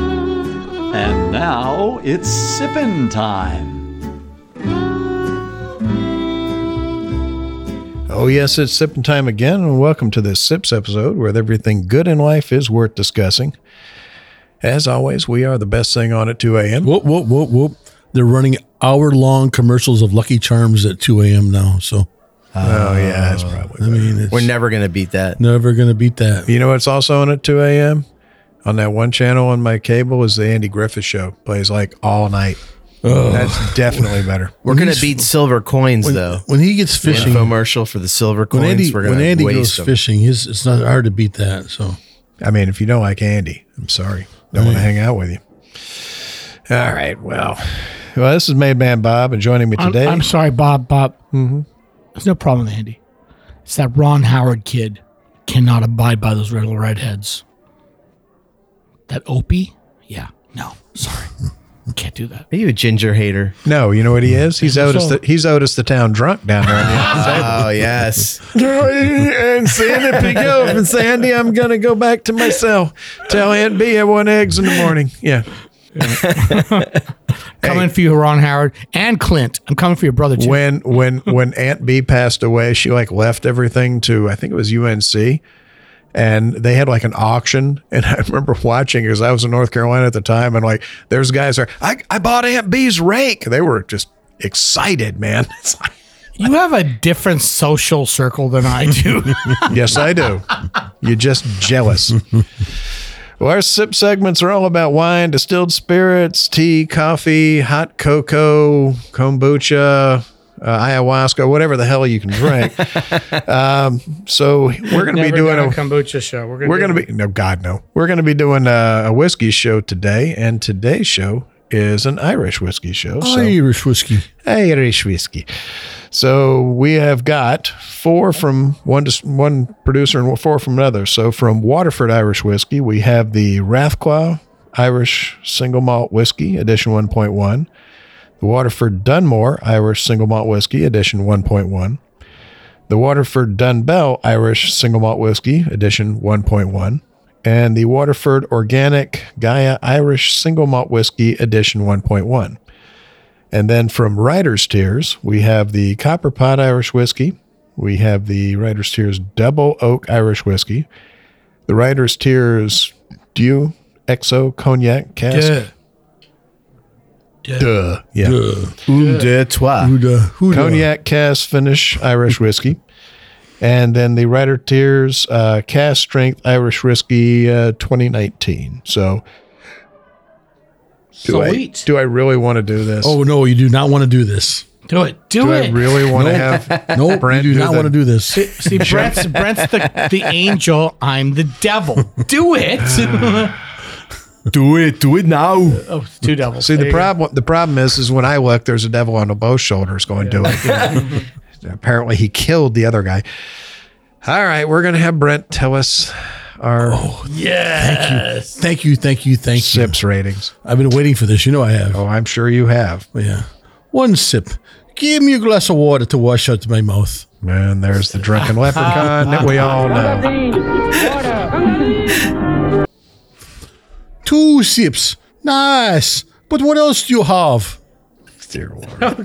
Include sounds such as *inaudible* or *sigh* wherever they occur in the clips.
And now it's sippin' time. Oh, yes, it's sipping time again, and welcome to this Sips episode where everything good in life is worth discussing. As always, we are the best thing on at 2 a.m. Whoop, whoop, whoop, whoop. They're running hour long commercials of Lucky Charms at 2 a.m. now. So, Oh, yeah, that's probably. I mean, it's We're never going to beat that. never going to beat that. You know what's also on at 2 a.m.? On that one channel on my cable is the Andy Griffith Show. Plays like all night. *laughs* That's definitely better. We're going to beat silver coins, though. When he gets fishing, Infomercial for the silver coins. when Andy, we're going when Andy to goes waste them. fishing, his, it's not hard to beat that. So, I mean, if you don't like Andy, I'm sorry. Don't want to hang out with you. All right. Well, well, this is Made Man Bob, and joining me I'm, today. Mm-hmm. I'm sorry, Bob. Bob. There's no problem, with Andy. It's that Ron Howard kid cannot abide by those little redheads. That Opie? Yeah. No. Sorry. *laughs* Can't do that. Are you a *laughs* ginger hater? no, you know what he is? He's Otis. all. The, he's Otis the town drunk down there. *laughs* Oh, yes. and seeing if he goes, and say, Andy, I'm gonna go back to my cell. Tell Aunt B I want eggs in the morning. Yeah. Coming for you, Ron Howard and Clint. I'm coming for your brother too. when when when Aunt B passed away, she like left everything to I think it was UNC, and they had like an auction. And *laughs* I remember watching because I was in North Carolina at the time, and like there's guys there. I I bought Aunt B's rake. They were just excited, man. *laughs* It's like, you have a different social circle than I *laughs* do. yes, I do. You're just jealous. Well, our sip segments are all about wine, distilled spirits, tea, coffee, hot cocoa, kombucha, uh, ayahuasca, whatever the hell you can drink. um, so we're going to be doing a kombucha show. We're gonna we're going to be no God no. We're going to be doing a, a whiskey show today, and today's show is an Irish whiskey show. So Irish whiskey. Irish whiskey. So we have got four from one dis- one producer and four from another. So from Waterford Irish Whiskey, we have the Rathclaw Irish Single Malt Whiskey Edition 1.1, the Waterford Dunmore Irish Single Malt Whiskey Edition 1.1, the Waterford Dunbell Irish Single Malt Whiskey Edition 1.1, and the Waterford Organic Gaia Irish Single Malt Whiskey Edition 1.1. And then from Writer's Tears, we have the Copper Pot Irish Whiskey. We have the Writer's Tears Double Oak Irish Whiskey. The Writer's Tears Dew XO Cognac Cask. Yeah. Duh. Yeah. Un, deux, trois. Who da- who da- Cognac Cask Finish Irish Whiskey. And then the Writer Tears uh, Cask Strength Irish Whiskey uh, 2019. So. Do I, Sweet. do I really want to do this? Oh, no, you do not want to do this. Do it. Oh, Do, Do it. I really want to have? No, Brent, you do do not the- want to do *laughs* this. *laughs* See, Brent's, Brent's the, the angel. I'm the devil. Do *laughs* it. *laughs* Do it. Do it now. oh, it's two devils. See, There the you go. problem the problem is is when I look, there's a devil on both shoulders going do it. *laughs* Apparently, he killed the other guy. All right, we're gonna have Brent tell us our Yes. Thank you, thank you, thank you. sips ratings. I've been waiting for this. You know I have. Oh, I'm sure you have. Yeah. One sip. Give me a glass of water to wash out my mouth. And there's the drunken leprechaun that we all know. Two sips. Nice. But what else do you have? Dear Lord.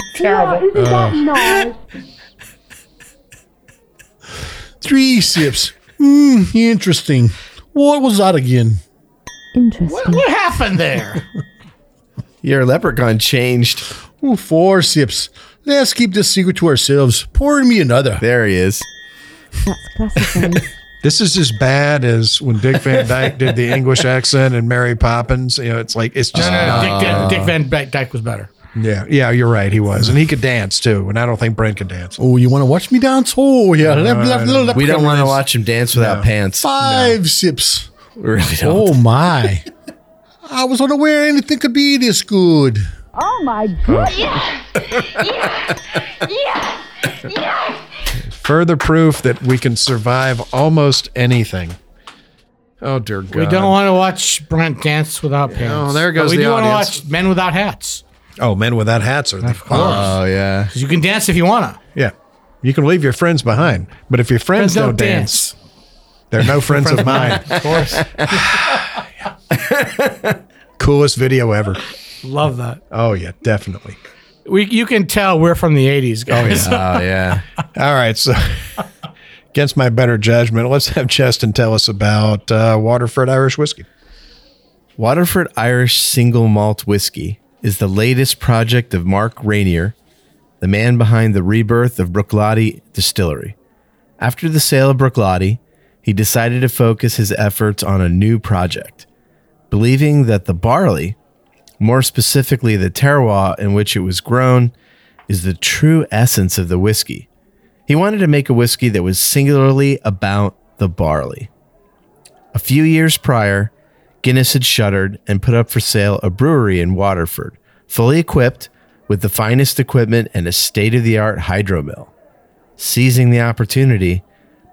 Three sips. Hmm, interesting. What was that again? Interesting. What happened *laughs* there? Your leprechaun changed. Ooh, four sips. Let's keep this secret to ourselves. Pour me another. There he is. That's classic. This is as bad as when Dick Van Dyke did the English accent and Mary Poppins. You know, it's like it's just not- Dick, Dick, Dick Van Dyke Dyke was better. yeah, yeah. You're right. He was, and he could dance too. And I don't think Brent could dance. Oh, you want to watch me dance? Oh, yeah. Lep- lep- little We don't leprechaun want to dance. watch him dance without pants. Five sips. We really don't. Oh, my. *laughs* I was unaware anything could be this good. oh my god! Further proof that we can survive almost anything. Oh dear God. We don't want to watch Brent dance without pants. there But goes we the do want to audience. watch men without hats. Oh, men without hats are the Oh, yeah. 'Cause you can dance if you want to. Yeah. You can leave your friends behind, but if your friends, don't, dance, they're no friends *laughs* of mine. Of course. *sighs* Coolest video ever. Love that. Oh yeah, definitely. We, you can tell we're from the 80s, guys. Oh, yeah. All right, so *laughs* against my better judgment, let's have Justin tell us about uh, Waterford Irish whiskey. Waterford Irish Single Malt Whiskey is the latest project of Mark Rainier, the man behind the rebirth of Brooklady Distillery. After the sale of Brooklady, he decided to focus his efforts on a new project, believing that the barley, more specifically the terroir in which it was grown, is the true essence of the whiskey. He wanted to make a whiskey that was singularly about the barley. A few years prior, Guinness had shuttered and put up for sale a brewery in Waterford, fully equipped with the finest equipment and a state of the art hydromill. Seizing the opportunity,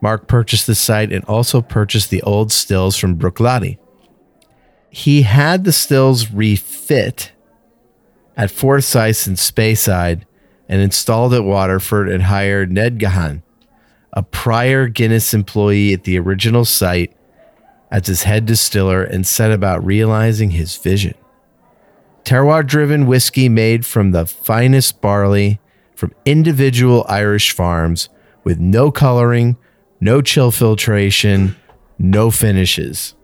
Mark purchased the site and also purchased the old stills from Brooklady. He had the stills refit at Forsyth and Speyside and installed at Waterford and hired Ned Gahan, a prior Guinness employee at the original site, as his head distiller and set about realizing his vision. Terroir driven whiskey made from the finest barley from individual Irish farms with no coloring, no chill filtration, no finishes.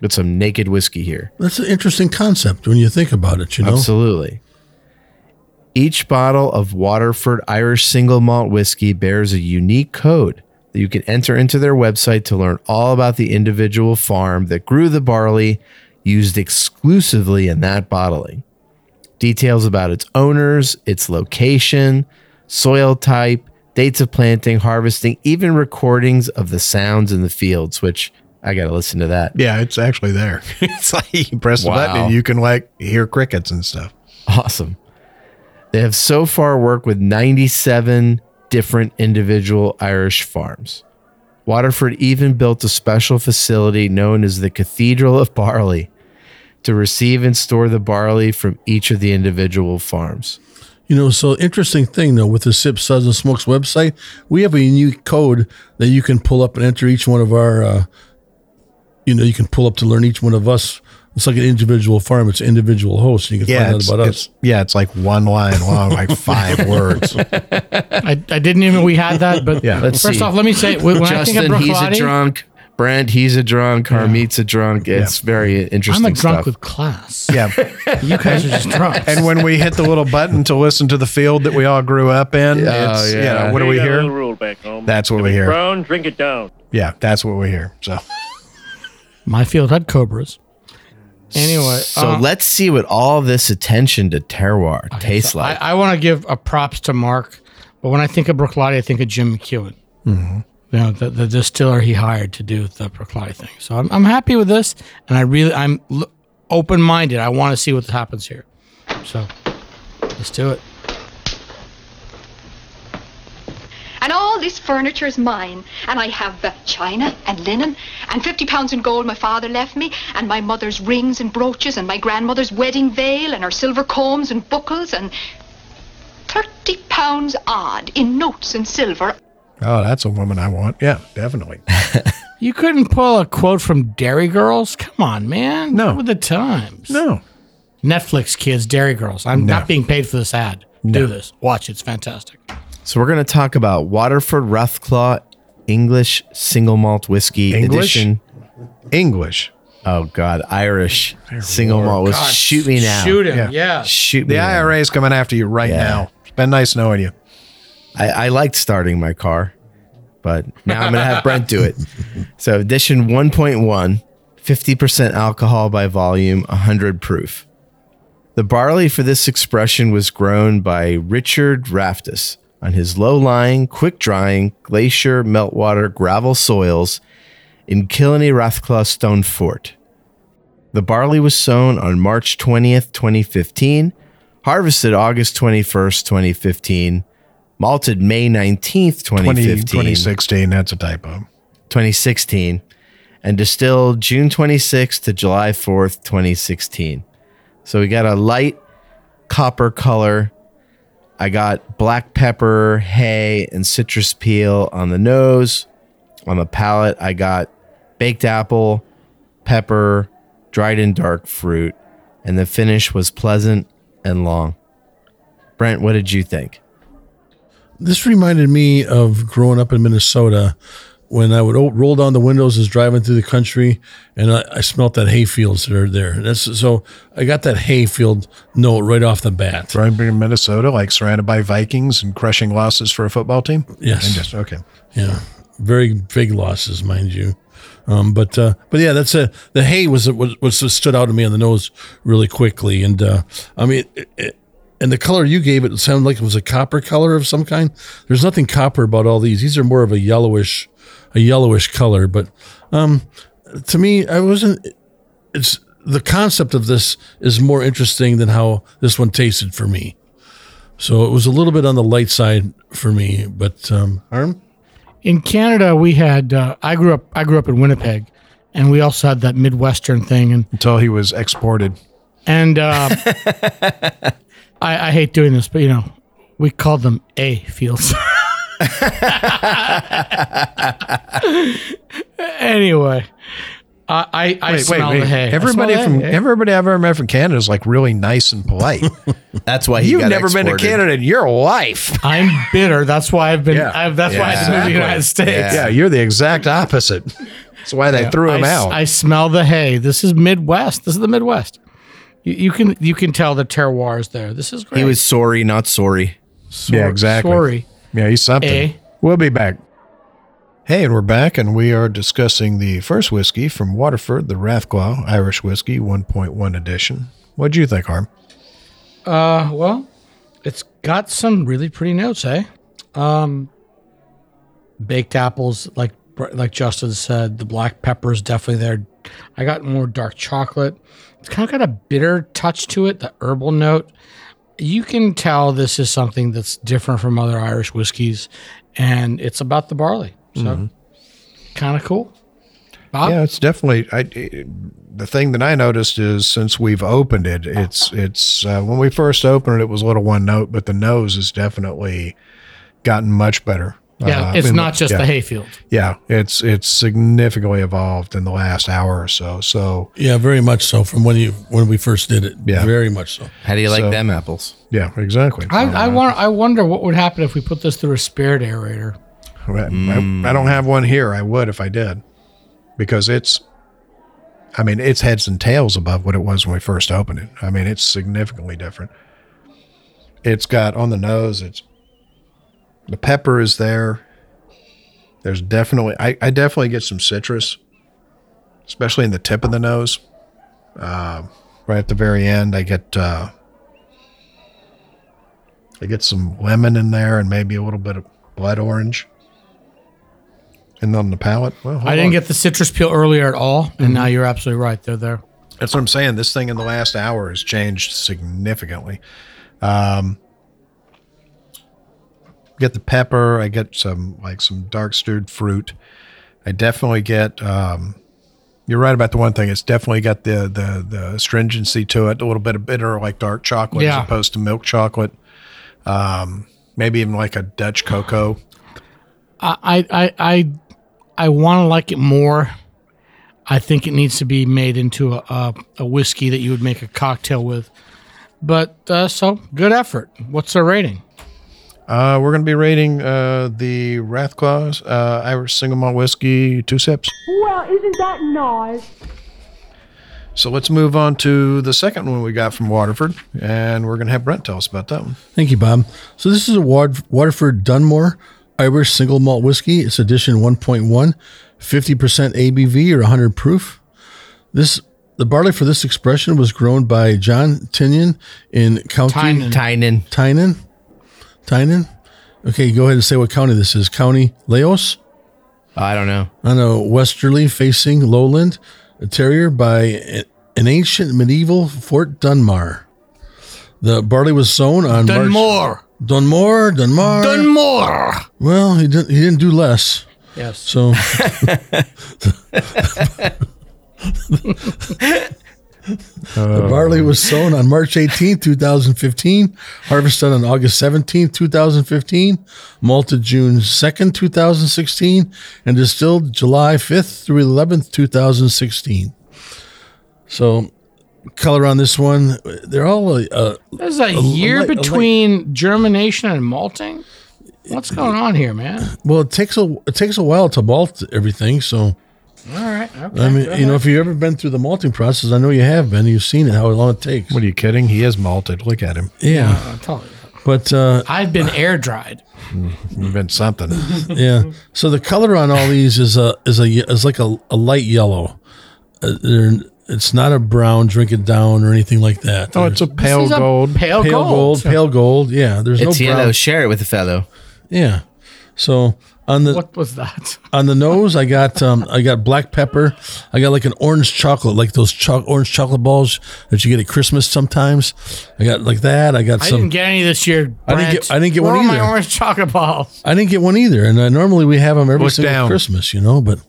Got some naked whiskey here. That's an interesting concept when you think about it, you know? Absolutely. Each bottle of Waterford Irish single malt whiskey bears a unique code that you can enter into their website to learn all about the individual farm that grew the barley used exclusively in that bottling. Details about its owners, its location, soil type, dates of planting, harvesting, even recordings of the sounds in the fields, which I got to listen to that. Yeah, it's actually there. *laughs* it's like you press Wow. the button and you can like hear crickets and stuff. Awesome. They have so far worked with 97 different individual Irish farms. Waterford even built a special facility known as the Cathedral of Barley to receive and store the barley from each of the individual farms. You know, so interesting thing though with the Sip Suds and Smokes website, we have a unique code that you can pull up and enter each one of our. Uh, you know, you can pull up to learn each one of us. It's like an individual farm. It's an individual host, and you can find out it's, about it's- us. yeah, it's like one line long, like *laughs* five words. *laughs* I, I didn't even, we had that, but Yeah. Let's first see. off, let me say, when I think of Justin, he's a Brooklady, drunk. Brent, he's a drunk. Harmeet's a drunk. It's very I'm interesting. a drunk stuff. with class. Yeah. You guys are just drunk. And when we hit the little button to listen to the field that we all grew up in, it's, you yeah. know, what do we got a hear? little rule back home. That's what we hear. Brown, drink it down. Yeah, that's what we hear. So My field had cobras. um, Anyway, So uh, let's see what all this attention to terroir tastes like. I, I want to give a props to Mark, but when I think of Brooklotti, I think of Jim McEwen. You know, the, the distiller he hired to do the Brooklotti thing. So I'm, I'm happy with this, and I really I'm l- open minded. I want to see what happens here. So let's do it. And all this furniture is mine. And I have uh, china and linen and 50 pounds in gold my father left me and my mother's rings and brooches and my grandmother's wedding veil and her silver combs and buckles and 30 pounds odd in notes and silver. Oh, that's a woman I want. Yeah, definitely. You couldn't pull a quote from Dairy Girls? Come on, man. No. Go with the times. No. Netflix kids, Dairy Girls. I'm No. not being paid for this ad. Do this. Watch. It's fantastic. so we're going to talk about Waterford Rathclaw English Single Malt Whiskey English? Edition. English. Oh God, Irish Single Malt Whiskey. God, Shoot me now. Shoot him. Yeah. Yeah. Shoot me. The now. IRA is coming after you right Yeah. now. It's been nice knowing you. I, I liked starting my car, but now I'm going to have Brent do it. So, edition 1.1, 50% alcohol by volume, 100 proof. The barley for this expression was grown by Richard Raftus on his low lying, quick drying, glacier, meltwater, gravel soils in Killiney Rathclaw Stone Fort. The barley was sown on March 20th, 2015, harvested August 21st, 2015, malted May 19th, 20, 2015, 2016, that's a typo. 2016 and distilled June 26th to July 4th, 2016. So we got a light copper color. I got black pepper, hay, and citrus peel on the nose. On the palate, I got baked apple, pepper, dried and dark fruit, and the finish was pleasant and long. Brent, what did you think? This reminded me of growing up in Minnesota when I would o- roll down the windows as driving through the country and I, I smelt that hay fields that are there. That's, so I got that hay field note right off the bat. Throwing in Minnesota, like surrounded by Vikings and crushing losses for a football team. Yes. And just, okay. Yeah, very big losses, mind you. Um, but uh, but yeah, that's a the hay was was was just stood out to me on the nose really quickly, and uh, I mean, it, it, and the color you gave it sounded like it was a copper color of some kind. There's nothing copper about all these; these are more of a yellowish, a yellowish color. But um, to me, I wasn't. It's the concept of this is more interesting than how this one tasted for me. So it was a little bit on the light side for me, but um, Harm. In Canada, we had uh, I grew up I grew up in Winnipeg, and we also had that Midwestern thing, and Until he was exported. and *laughs* uh, I, I hate doing this, but you know, we called them A fields. *laughs* anyway, I I, I smell the hay. I smell Everybody the from hay. everybody I've ever met from Canada is like really nice and polite. That's why *laughs* he You've got never been to exported. Canada in your life. I'm bitter. That's why I've been. Yeah. I've, that's why I had to move to the Yeah. United States. Yeah. Yeah, you're the exact opposite. That's why they threw him I, s- out. I smell the hay. This is Midwest. This is the Midwest. You, you can you can tell the terroir is there. This is great. He was sorry, not sorry. Sor- Yeah, exactly. Sorry. yeah, he's something. Eh? We'll be back. Hey, and we're back, and we are discussing the first whiskey from Waterford, the Rathclaw Irish Whiskey 1.1 edition. What'd you think, Harm? Uh, well, it's got some really pretty notes, eh? Um, baked apples, like like Justin said, the black pepper is definitely there. I got more dark chocolate. It's kind of got a bitter touch to it, the herbal note. You can tell this is something that's different from other Irish whiskeys, and it's about the barley. So, Mm-hmm. kind of cool. Bob? Yeah, it's definitely. I, it- the thing that I noticed is since we've opened it, it's it's uh, when we first opened it, it was a little one note, but the nose has definitely gotten much better. Yeah, Uh, it's in- not just yeah, the hayfield. Yeah, it's it's significantly evolved in the last hour or so. So Yeah, very much so. From when you when we first did it, Yeah. very much so. How do you like So- them apples? yeah, exactly. I, I, want, I wonder what would happen if we put this through a spirit aerator. Right. I, I don't have one here. I would if I did, because it's. I mean, it's heads and tails above what it was when we first opened it. I mean, it's significantly different. It's got on the nose. It's the pepper is there. There's definitely I, I definitely get some citrus, especially in the tip of the nose. Uh, right at the very end. I get uh, I get some lemon in there and maybe a little bit of blood orange. And on the palate, well, hold I didn't on. get the citrus peel earlier at all, and now you're absolutely right. They're there. That's what I'm saying. This thing in the last hour has changed significantly. Um, get the pepper. I get some like some dark stewed fruit. I definitely get. Um, you're right about the one thing. It's definitely got the the the astringency to it. A little bit of bitter, like dark chocolate Yeah. as opposed to milk chocolate. Um, maybe even like a Dutch cocoa. I I I I want to like it more. I think it needs to be made into a, a, a whiskey that you would make a cocktail with. But uh, so good effort. What's their rating? Uh, we're going to be rating uh, the Rathclaws uh, Irish Single Malt Whiskey two sips. Well, isn't that nice? So let's move on to the second one we got from Waterford, and we're going to have Brent tell us about that one. Thank you, Bob. So this is a Wad- Waterford Dunmore Irish single malt whiskey. It's edition 1.1, 50% ABV or 100 proof. This the barley for this expression was grown by John Tinian in County Tynan. Tynan. Tynan. Tynan? Okay, go ahead and say what county this is. County Laos I don't know. on a westerly facing lowland a terrier by a- an ancient medieval Fort Dunmar. The barley was sown on March. Dunmore. Dunmore, Dunmar. Dunmore. Well, he didn't. He didn't do less. Yes. So the barley was sown on March 18, 2015, harvested on August 17, 2015, malted June 2nd, 2016, and distilled July 5th through 11th, 2016. So color on this one, they're all uh, uh, There's a year light- a light- between germination and malting. What's going on here, man? well, it takes a it takes a while to malt everything, so All right. Okay. I mean, you know, if you've ever been through the malting process, I know you have been. You've seen it, how long it takes. What are you kidding? He is malted. Look at him. Yeah, I'll tell you. but uh, I've been air dried. Invent *laughs* something. yeah. So the color on all these is a is a is like a, a light yellow. Uh, they're, it's not a brown, drink it down or anything like that. Oh, it's a pale This is a gold. Pale, pale gold, gold. pale gold. Yeah, there's It's no brown. yellow. Share it with a fellow. Yeah. So on the What was that? on the nose, I got um, I got black pepper. I got like an orange chocolate, like those cho- orange chocolate balls that you get at Christmas sometimes. I got like that. I got I some. didn't get any this year. I didn't get- Brent. I didn't get Where one are either. my orange chocolate balls? I didn't get one either, and uh, normally we have them every Look single down. Christmas, you know. But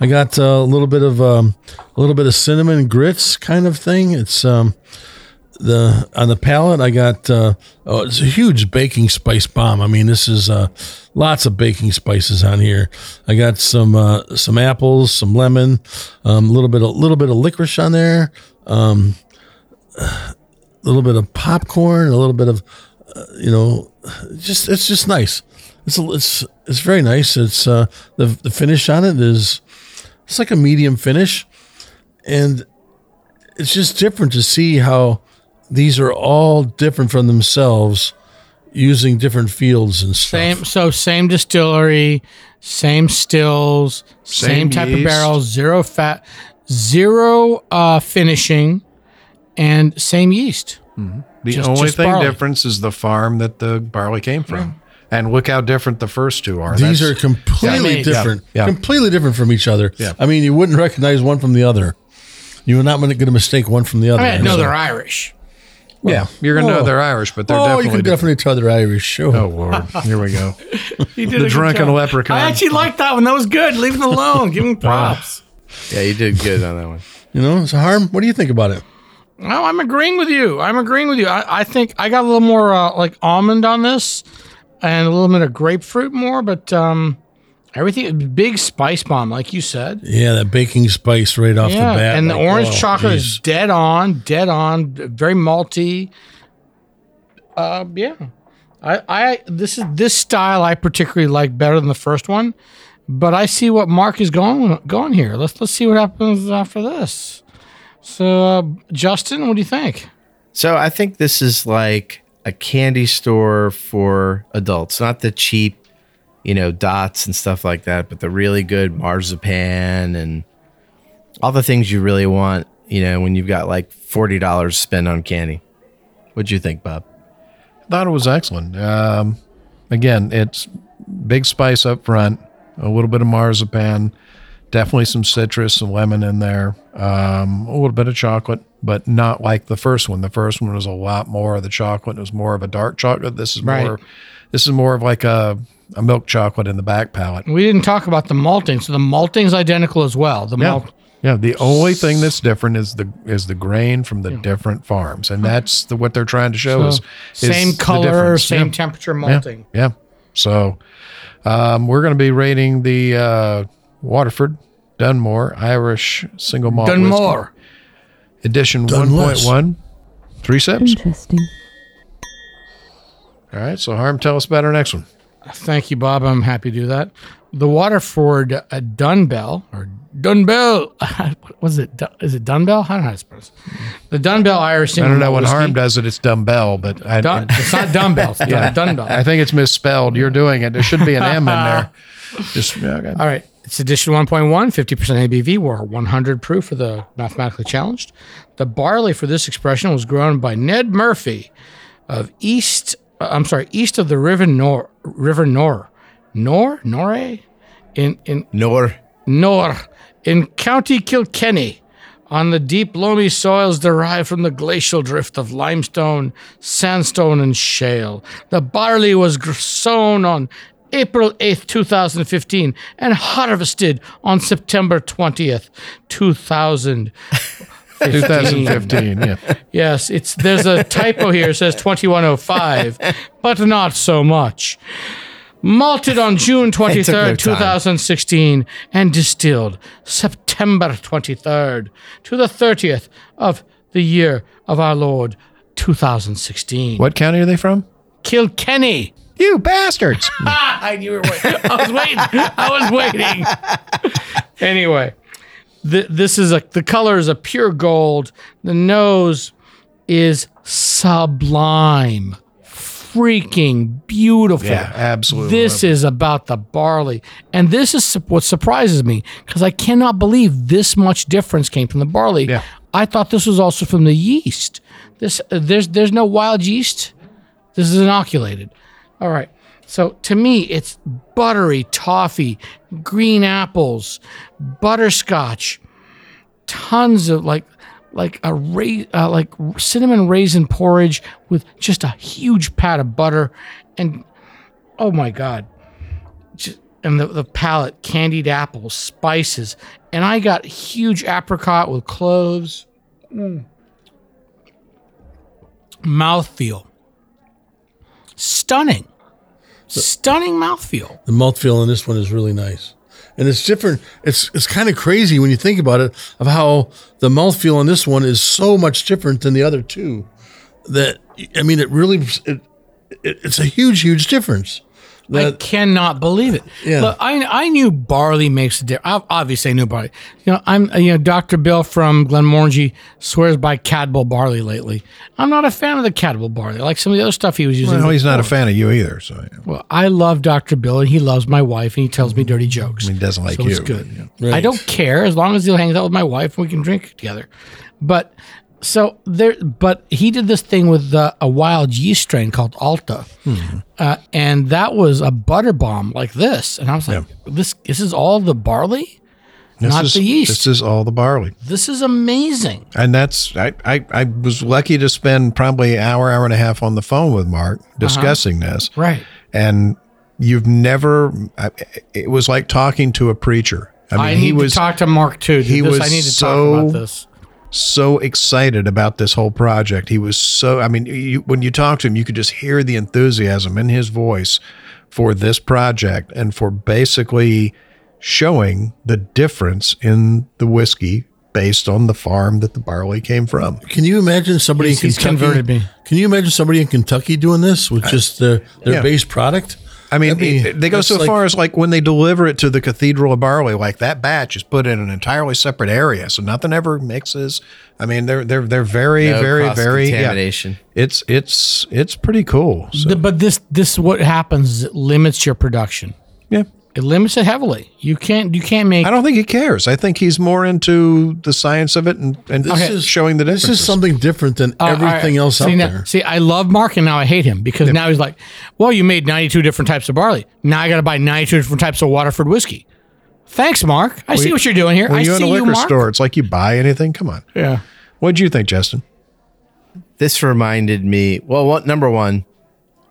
I got uh, a little bit of um, a little bit of cinnamon grits kind of thing. It's um, the on the palate. I got uh, oh, it's a huge baking spice bomb. I mean, this is uh, lots of baking spices on here. I got some uh, some apples, some lemon, um, a little bit a little bit of licorice on there. Um, a little bit of popcorn, a little bit of, uh, you know, just it's just nice. It's it's it's very nice. It's uh, the the finish on it is it's like a medium finish, and it's just different to see how these are all different from themselves, using different fields and stuff. Same. So same distillery, same stills, Same same, type yeast. of barrel, zero fat, zero uh, finishing, and same yeast. The Just- only just thing barley. difference is the farm that the barley came from. And look how different the first two are. These are That's- completely Yeah, different, yeah. completely different from each other. Yeah. I mean, you wouldn't recognize one from the other. You are not going to mistake one from the other. I mean, I know So- they're Irish. yeah. You're gonna Oh. know they're Irish, but they're oh, definitely. you can different. definitely tell they're Irish. Sure. Oh *laughs* Lord, here we go. He did The a good drunken job. leprechaun. I actually liked that one. That was good. Leave him alone. *laughs* Give him props. Yeah, you did good on that one. You know, so harm. What do you think about it? No, I'm agreeing with you. I'm agreeing with you. I, I think I got a little more uh, like almond on this, and a little bit of grapefruit more, but um, everything big spice bomb, like you said. Yeah, that baking spice right off the bat, And the like, orange oh, chocolate geez. is dead on, dead on, very malty. Uh, yeah, I, I this is this style I particularly like better than the first one, but I see what Mark is going going here. Let's let's see what happens after this. So, uh, Justin, what do you think? So I think this is like a candy store for adults, not the cheap, you know, dots and stuff like that, but the really good marzipan and all the things you really want you know, when you've got like forty dollars spent on candy. What'd you think, Bob? thought it was excellent. Um, again, it's big spice up front, a little bit of marzipan, definitely some citrus, some lemon in there, um, a little bit of chocolate, but not like the first one. The first one was a lot more of the chocolate. It was more of a dark chocolate. This is Right. more. This is more of like a, a milk chocolate in the back palate. We didn't talk about the malting, so the malting's identical as well. The Yeah. malt, Yeah, the only thing that's different is the is the grain from the different farms, and that's the, what they're trying to show is, is same the color, difference. same Yeah. temperature Yeah, malting. Yeah. So um, we're going to be rating the uh, Waterford Dunmore Irish Single Malt Done Whiskey more. Edition Dunless. 1.1. Three sips. Interesting. All right. So, Harm, tell us about our next one. Thank you, Bob. I'm happy to do that. The Waterford uh, Dunbell or Dunbell, *laughs* what was it? Du- Is it Dunbell? I don't know how to pronounce it. The Dunbell Irish. I Single don't know Malt what Whiskey. Harm does it. It's dumbbell, but I, Dun- it's *laughs* not dumbbell. It's yeah. I think it's misspelled. You're doing it. There should be an M in *laughs* there. Just okay. All right. It's edition 1.1, 50% ABV, or 100 proof for the mathematically challenged. The barley for this expression was grown by Ned Murphy of East, uh, I'm sorry, east of the River Nor, River Nor, Nor, Nore, in, in Nor Nor, in County Kilkenny, on the deep loamy soils derived from the glacial drift of limestone, sandstone, and shale. The barley was gr- sown on April 8th, 2015, and harvested on September 20th, 2000. 2015. Yeah. Yes, it's there's a typo here. It says 2105, but not so much. Malted on June no time. 23rd, 2016, and distilled September 23rd to the 30th of the year of our Lord 2016. What county are they from? Kilkenny. You *laughs* bastards. *laughs* I knew you were waiting. I was waiting. I was waiting. *laughs* anyway, th- this is a the color is a pure gold. The nose is sublime, freaking beautiful. yeah, absolutely. This is about the barley, and this is su- what surprises me because I cannot believe this much difference came from the barley. Yeah. I thought this was also from the yeast. This uh, there's there's no wild yeast. This is inoculated. All right. So to me, it's buttery toffee, green apples, butterscotch, tons of like like a ra- uh, like cinnamon raisin porridge with just a huge pat of butter, and oh my god, Ju- and the, the palate candied apples, spices, and I got huge apricot with cloves. Mm. Mouthfeel stunning. Stunning mouthfeel. The malt feel in this one is really nice. And it's different. It's it's kind of crazy when you think about it of how the mouthfeel on this one is so much different than the other two. That I mean, it really it, it, it's a huge huge difference. I That cannot believe it. Yeah. Look, I I knew barley makes a difference. Obviously, I knew barley. You know, I'm you know Dr. Bill from Glenmorangie swears by Cadbull barley lately. I'm not a fan of the Cadbull barley. I Like some of the other stuff he was using. No, he's not a fan of you either. So you know, Well, I love Dr. Bill and he loves my wife and he tells me dirty jokes. Mm-hmm. he doesn't like so you. it's good. I don't care as long as he'll hang out with my wife and we can drink together. But so there, but he did this thing with uh, a wild yeast strain called Alta, Hmm. uh, and that was a butter bomb like this. And I was like, this this is all the barley, This not is- the yeast. This is all the barley. this is amazing. And that's I, I I was lucky to spend probably an hour, hour and a half on the phone with Mark discussing this. Uh-huh. Right. And you've never I- it was like talking to a preacher. I mean, I, he need was to talk to Mark too. he This- was I need to so- talk about this. so excited about this whole project. He was so I mean, you, when you talk to him, you could just hear the enthusiasm in his voice for this project and for basically showing the difference in the whiskey based on the farm that the barley came from. Can you imagine somebody He's- in he's Kentucky? converted me. Can you imagine somebody in Kentucky doing this with just their their yeah. base product? I mean, That'd be- it- they go that's so like- far as like when they deliver it to the Cathedral of Barley, like that batch is put in an entirely separate area, so nothing ever mixes. I mean, they're they're they're very No very very yeah. cross-contamination. It's it's it's pretty cool. So, Th- but this this what happens is it limits your production. yeah, It limits it heavily. You can't. You can't make. I don't think he cares. I think he's more into the science of it and, and This is- showing the This differences. is something different than Uh, all right. everything else see, out now- there. See, I love Mark, and now I hate him because now he's like, "Well, you made ninety-two different types of barley. Now I got to buy ninety-two different types of Waterford whiskey." Thanks, Mark. I see you- what you're doing here. When I you in see a liquor you, Mark. store, it's like you buy anything. Come on. Yeah. What'd you think, Justin? this reminded me well what number one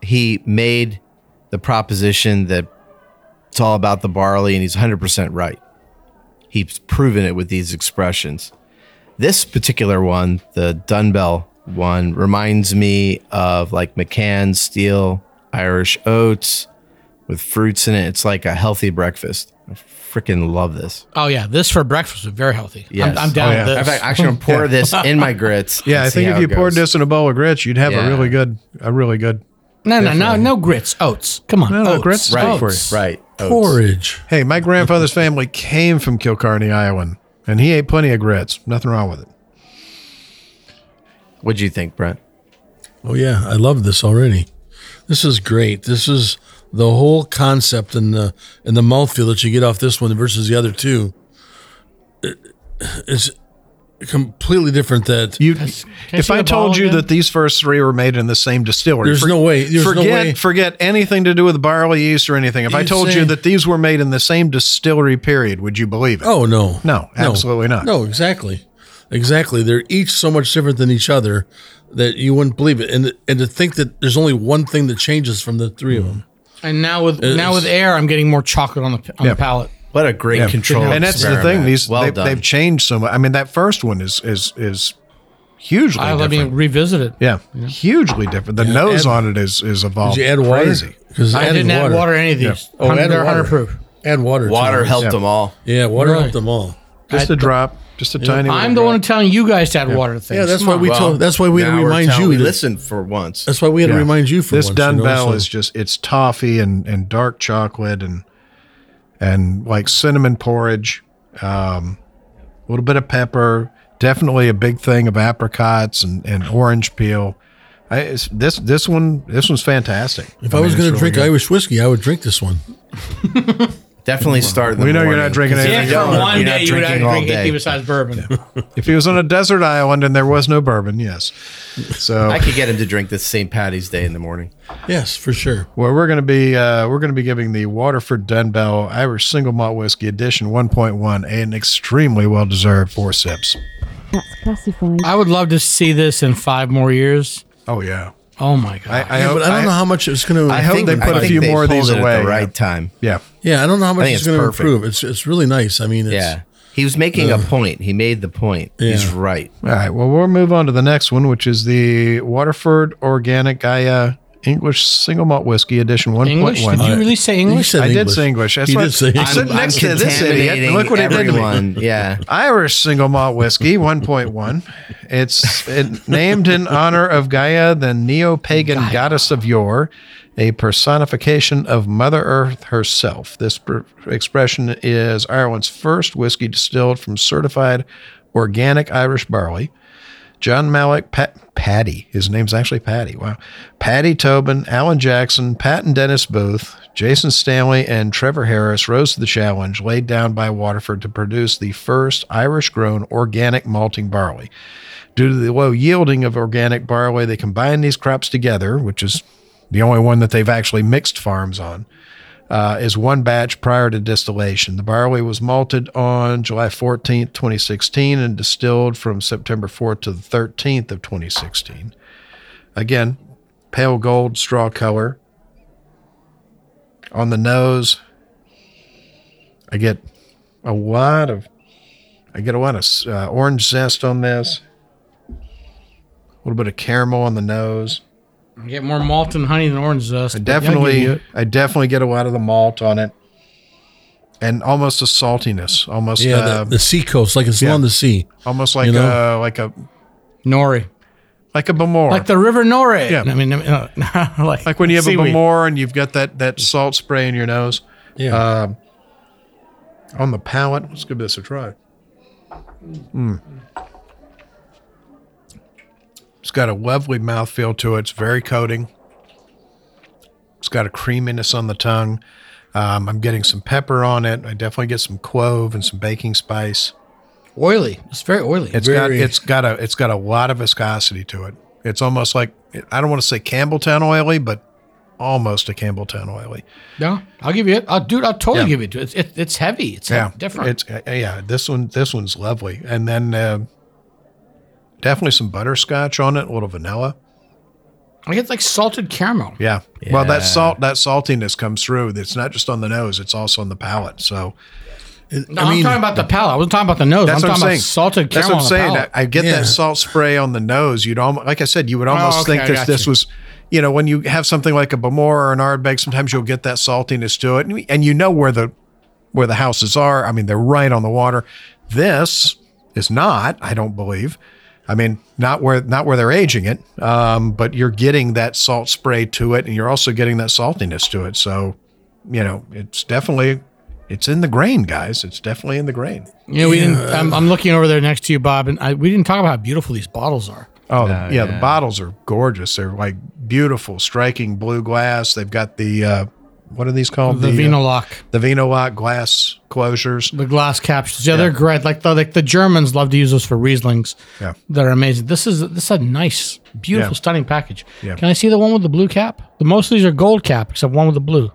he made the proposition that it's all about the barley and he's 100% right he's proven it with these expressions this particular one the dunbell one reminds me of like mccann's steel irish oats with fruits in it it's like a healthy breakfast i freaking love this Oh yeah, this for breakfast was very healthy. Yes. I'm, I'm down Oh, yeah. with in this. fact i'm actually gonna *laughs* pour this in my grits Yeah, and I see think how if you it poured goes. this in a bowl of grits, you'd have Yeah. a really good, a really good. no, no, no, no grits, oats. Come on, No, no, oats. grits is right good for oats. you. right oats. Porridge. Hey, my grandfather's family came from Kilcarney, Iowa, and he ate plenty of grits. Nothing wrong with it. what'd you think brent Oh yeah, I love this already. This is great. This is the whole concept and the and the mouthfeel that you get off this one versus the other two. It, it's completely different. That You, I if see I the bottle told you again? that these first three were made in the same distillery, There's no way- there's no forget, way. forget anything to do with barley yeast or anything. If I You'd told say- you that these were made in the same distillery period, would you believe it? oh no, No, absolutely not. No, exactly, exactly. They're each so much different than each other that you wouldn't believe it. And and to think that there's only one thing that changes from the three Mm. of them. And now with now with air, I'm getting more chocolate on the on Yeah. the palate. What a great control. and that's the thing; experiment. these well they, done. they've changed so much. I mean, that first one is is is hugely I let different. me revisit it. yeah, hugely different. The nose on it is is evolved. Did you add water? Crazy. Because I didn't add water to any of these. Oh, Hundred- add they're water. 100 proof. Add water. to water it. helped Yeah. them all. Yeah, water Really? helped them all. Just a drop, just a tiny. little I'm the drop. one telling you guys to add water to things. Yeah, that's Come why on. we told. That's why we had to now we're remind telling- you. We that- listened for once. That's why we had Yeah. to remind you for this once, Dunbell you know, so- is just it's toffee and and dark chocolate and and like cinnamon porridge, um, a little bit of pepper. Definitely a big thing of apricots and, and orange peel. I, it's, this this one this one's fantastic. If I, was going to drink Irish whiskey, I would drink this one. Definitely start. in We the know you're morning, not drinking 'cause if anything. you don't, Yeah, for one you're not day you would have drinking to all drink day. anything besides bourbon. If he was on a desert island and there was no bourbon, yes. *laughs* So I could get him to drink this St. Patty's Day in the morning. Yes, for sure. Well, we're going to be uh, we're going to be giving the Waterford Dunbell Irish Single Malt Whiskey Edition 1.1 an extremely well deserved four sips. That's classified. I would love to see this in five more years. Oh yeah, Oh my god! I, I Yeah, hope, but I don't know how much it's going to. I hope they put I a think few they more of pulled these it at away. the right time. Yeah, yeah, I don't know how much think it's it's going to perfect. improve. It's it's really nice. I mean, it's, Yeah, he was making a point. He made the point. He's Yeah. right. All right. Well, we'll move on to the next one, which is the Waterford Organic Gaia English Single Malt Whiskey Edition 1.1. English? Did you really say English? said I did English. say English. That's He why did say I'm English. sitting next to this idiot. and Look what he did to me. everyone. Yeah, Irish single malt whiskey *laughs* 1.1. It's it, named in honor of Gaia, the neo pagan goddess of yore, a personification of Mother Earth herself. This per- expression is Ireland's first whiskey distilled from certified organic Irish barley. John Malik, Pat, Patty, his name's actually Patty. Wow. Patty Tobin, Alan Jackson, Pat and Dennis Booth, Jason Stanley, and Trevor Harris rose to the challenge laid down by Waterford to produce the first Irish grown organic malting barley. Due to the low yielding of organic barley, they combined these crops together, which is the only one that they've actually mixed farms on uh, is one batch prior to distillation. The barley was malted on July 14th, 2016, and distilled from September 4th to the 13th of 2016. Again, pale gold straw color. On the nose, I get a lot of, I get a lot of uh, orange zest on this. A little bit of caramel on the nose. Get more malt and honey than orange zest. I but yeah, I'll give definitely, you I, it. definitely get a lot of the malt on it, and almost a saltiness, almost, yeah, uh, the, the sea coast, like it's yeah. on the sea. almost like *laughs* you know? uh like a nori, like a Bamor, like the river nori. Yeah. I mean, I mean, *laughs* uh, like, like when you have seaweed. a Bamor and you've got that that salt spray in your nose Um, Yeah, on the palate. Let's give this a try. Mm. It's got a lovely mouthfeel to it. It's very coating. It's got a creaminess on the tongue. Um, I'm getting some pepper on it. I definitely get some clove and some baking spice. Oily. It's very oily. It's got Very- it's got a it's got a lot of viscosity to it. It's almost like I don't want to say Campbelltown oily, but almost a Campbelltown oily. no, I'll give you it. I'll do I'll totally Yeah. give it. to you. It's it, it's heavy. It's Yeah, different. It's uh, yeah. This one this one's lovely, and then uh, definitely some butterscotch on it, a little vanilla. I get like salted caramel. Yeah. Well, that Yeah. salt that saltiness comes through. It's not just on the nose; it's also on the palate. So No, I am talking about the palate. I wasn't talking about the nose. I'm that's talking what I'm about saying. salted that's caramel. what I'm saying. on the I, palate. I get Yeah. that salt spray on the nose. You'd almost, like I said, you would almost Oh, okay, I think that got this you. was, you know, when you have something like a Bamor or an Ardbeg, sometimes you'll get that saltiness to it, and, we- and you know where the where the houses are. I mean, they're right on the water. This is not. I don't believe. I mean, not where not where they're aging it, um, but you're getting that salt spray to it, and you're also getting that saltiness to it. So, you know, it's definitely it's in the grain, guys. It's definitely in the grain. You know, we didn't. I'm, I'm looking over there next to you, Bob, and I, we didn't talk about how beautiful these bottles are. Oh, the- yeah, the bottles are gorgeous. They're like beautiful, striking blue glass. They've got the uh, what are these called? The, uh, Vinalock, the vino lock glass closures. the glass capsules. Yeah, they're great. Like the like the Germans love to use those for Rieslings. Yeah. They're amazing. This is this is a nice, beautiful, Yeah. stunning package. Yeah. Can I see the one with the blue cap? The most of these are gold cap, except one with the blue.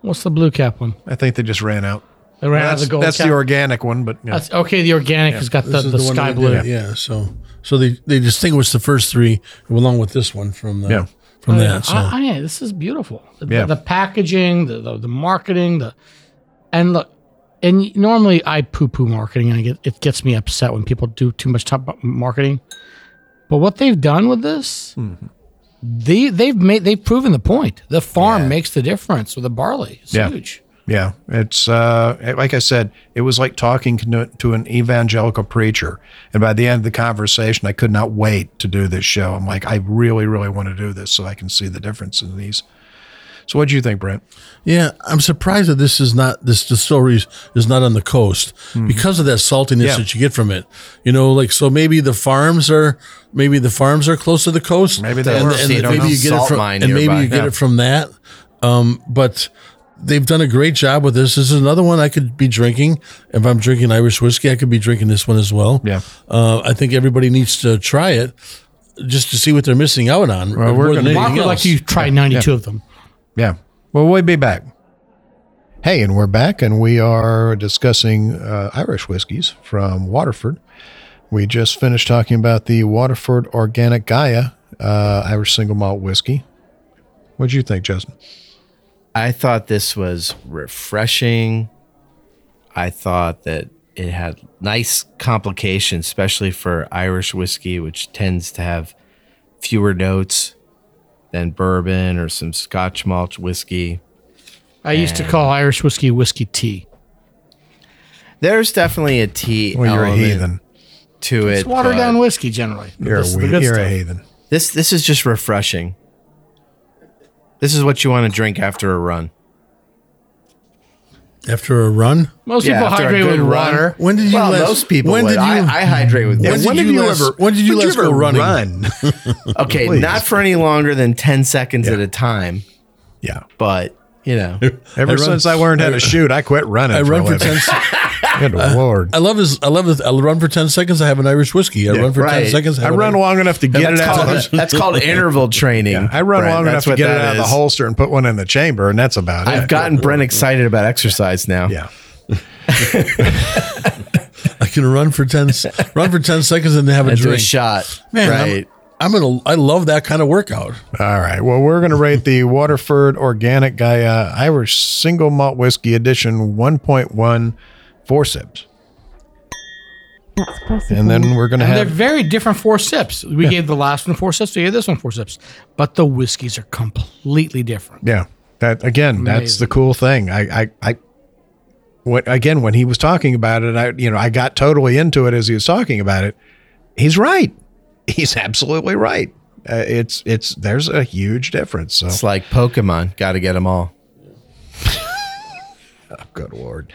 What's the blue cap one? I think they just ran out. They ran out of that's the gold that's cap. the organic one, but yeah. That's- okay, the organic has got the, This is the, one sky that they blue. did, Yeah. So so they they distinguished the first three along with this one from the Yeah. from Oh, yeah. that. So I- I- yeah, this is beautiful. The, Yeah. the packaging, the, the the marketing, the and look, and normally I poo poo marketing, and I get it gets me upset when people do too much top marketing. But what they've done with this, they they've made they've proven the point. The farm makes the difference with the barley. It's Yeah. huge. Yeah, it's uh, it- like I said, it was like talking to, to an evangelical preacher. And by the end of the conversation, I could not wait to do this show. I'm like, I really, really want to do this so I can see the difference in these. So, what do you think, Brent? Yeah, I'm surprised that this is not this distillery is- is not on the coast because of that saltiness Mm-hmm. Yeah. that you get from it. You know, like so maybe the farms are maybe the farms are close to the coast. Maybe they were. and They don't maybe know. you get it Salt from mine and maybe nearby. you get Yeah. it from that. Um, but they've done a great job with this. This is another one I could be drinking if I'm drinking Irish whiskey. I could be drinking this one as well. Yeah. uh, I think everybody needs to try it just to see what they're missing out on. Well, we're more than gonna- anything Mark would like else. you try ninety two of them. Yeah. Well, we'll be back. Hey, and we're back, and we are discussing uh, Irish whiskeys from Waterford. We just finished talking about the Waterford Organic Gaia uh, Irish Single Malt Whiskey. What'd you think, Justin? I thought this was refreshing. I thought that it had nice complications, especially for Irish whiskey, which tends to have fewer notes than bourbon or some Scotch malt whiskey. I used to call Irish whiskey whiskey tea. There's definitely a tea Well, you're a element heathen. to it. uh, It's Oh, watered but down whiskey generally. but You're, this is a, the wee- good you're a stuff. heathen. This this is just refreshing. This is what you want to drink after a run. after a run. Most Yeah, people after a hydrate good with run. water. When did you well, last, most people When would. did you? I, I hydrate with Yeah, this. when did you last- when did you would last go running? Run? Okay, Please. not for any longer than 10 seconds Yeah. at a time, yeah. but you know. *laughs* Ever run- since I learned how to shoot, I quit running. I for run a for living. ten. se- Good lord. I love his. I love his. I run for ten seconds. I have an Irish whiskey. *laughs* I run for ten right. seconds. I have an run Irish- long enough to get it That's out. called, Of *laughs* the, that's called interval training. I run Brent. long That's enough to what get it that out of the is. holster and put one in the chamber, and that's about it. I've gotten Brent excited about exercise now. Yeah. I can run for ten. se- run for ten seconds and *laughs* have a And do a drink. shot. Man, I'm- right. I'm, gonna. I love that kind of workout. All right. Well, we're going to rate *laughs* the Waterford Organic Gaia Irish Single Malt Whiskey Edition 1.1 four sips. That's possible. And then we're going to And they're have. very different four sips. We gave the last one four sips. We gave this one four sips. But the whiskeys are completely different. Yeah. That again, that's Amazing. the cool thing. I, I, I, what again, when he was talking about it, I, you know, I got totally into it as he was talking about it. He's right. He's absolutely right. Uh, it's, it's, there's a huge difference. *laughs* So, It's like Pokemon. Got to get them all. good lord.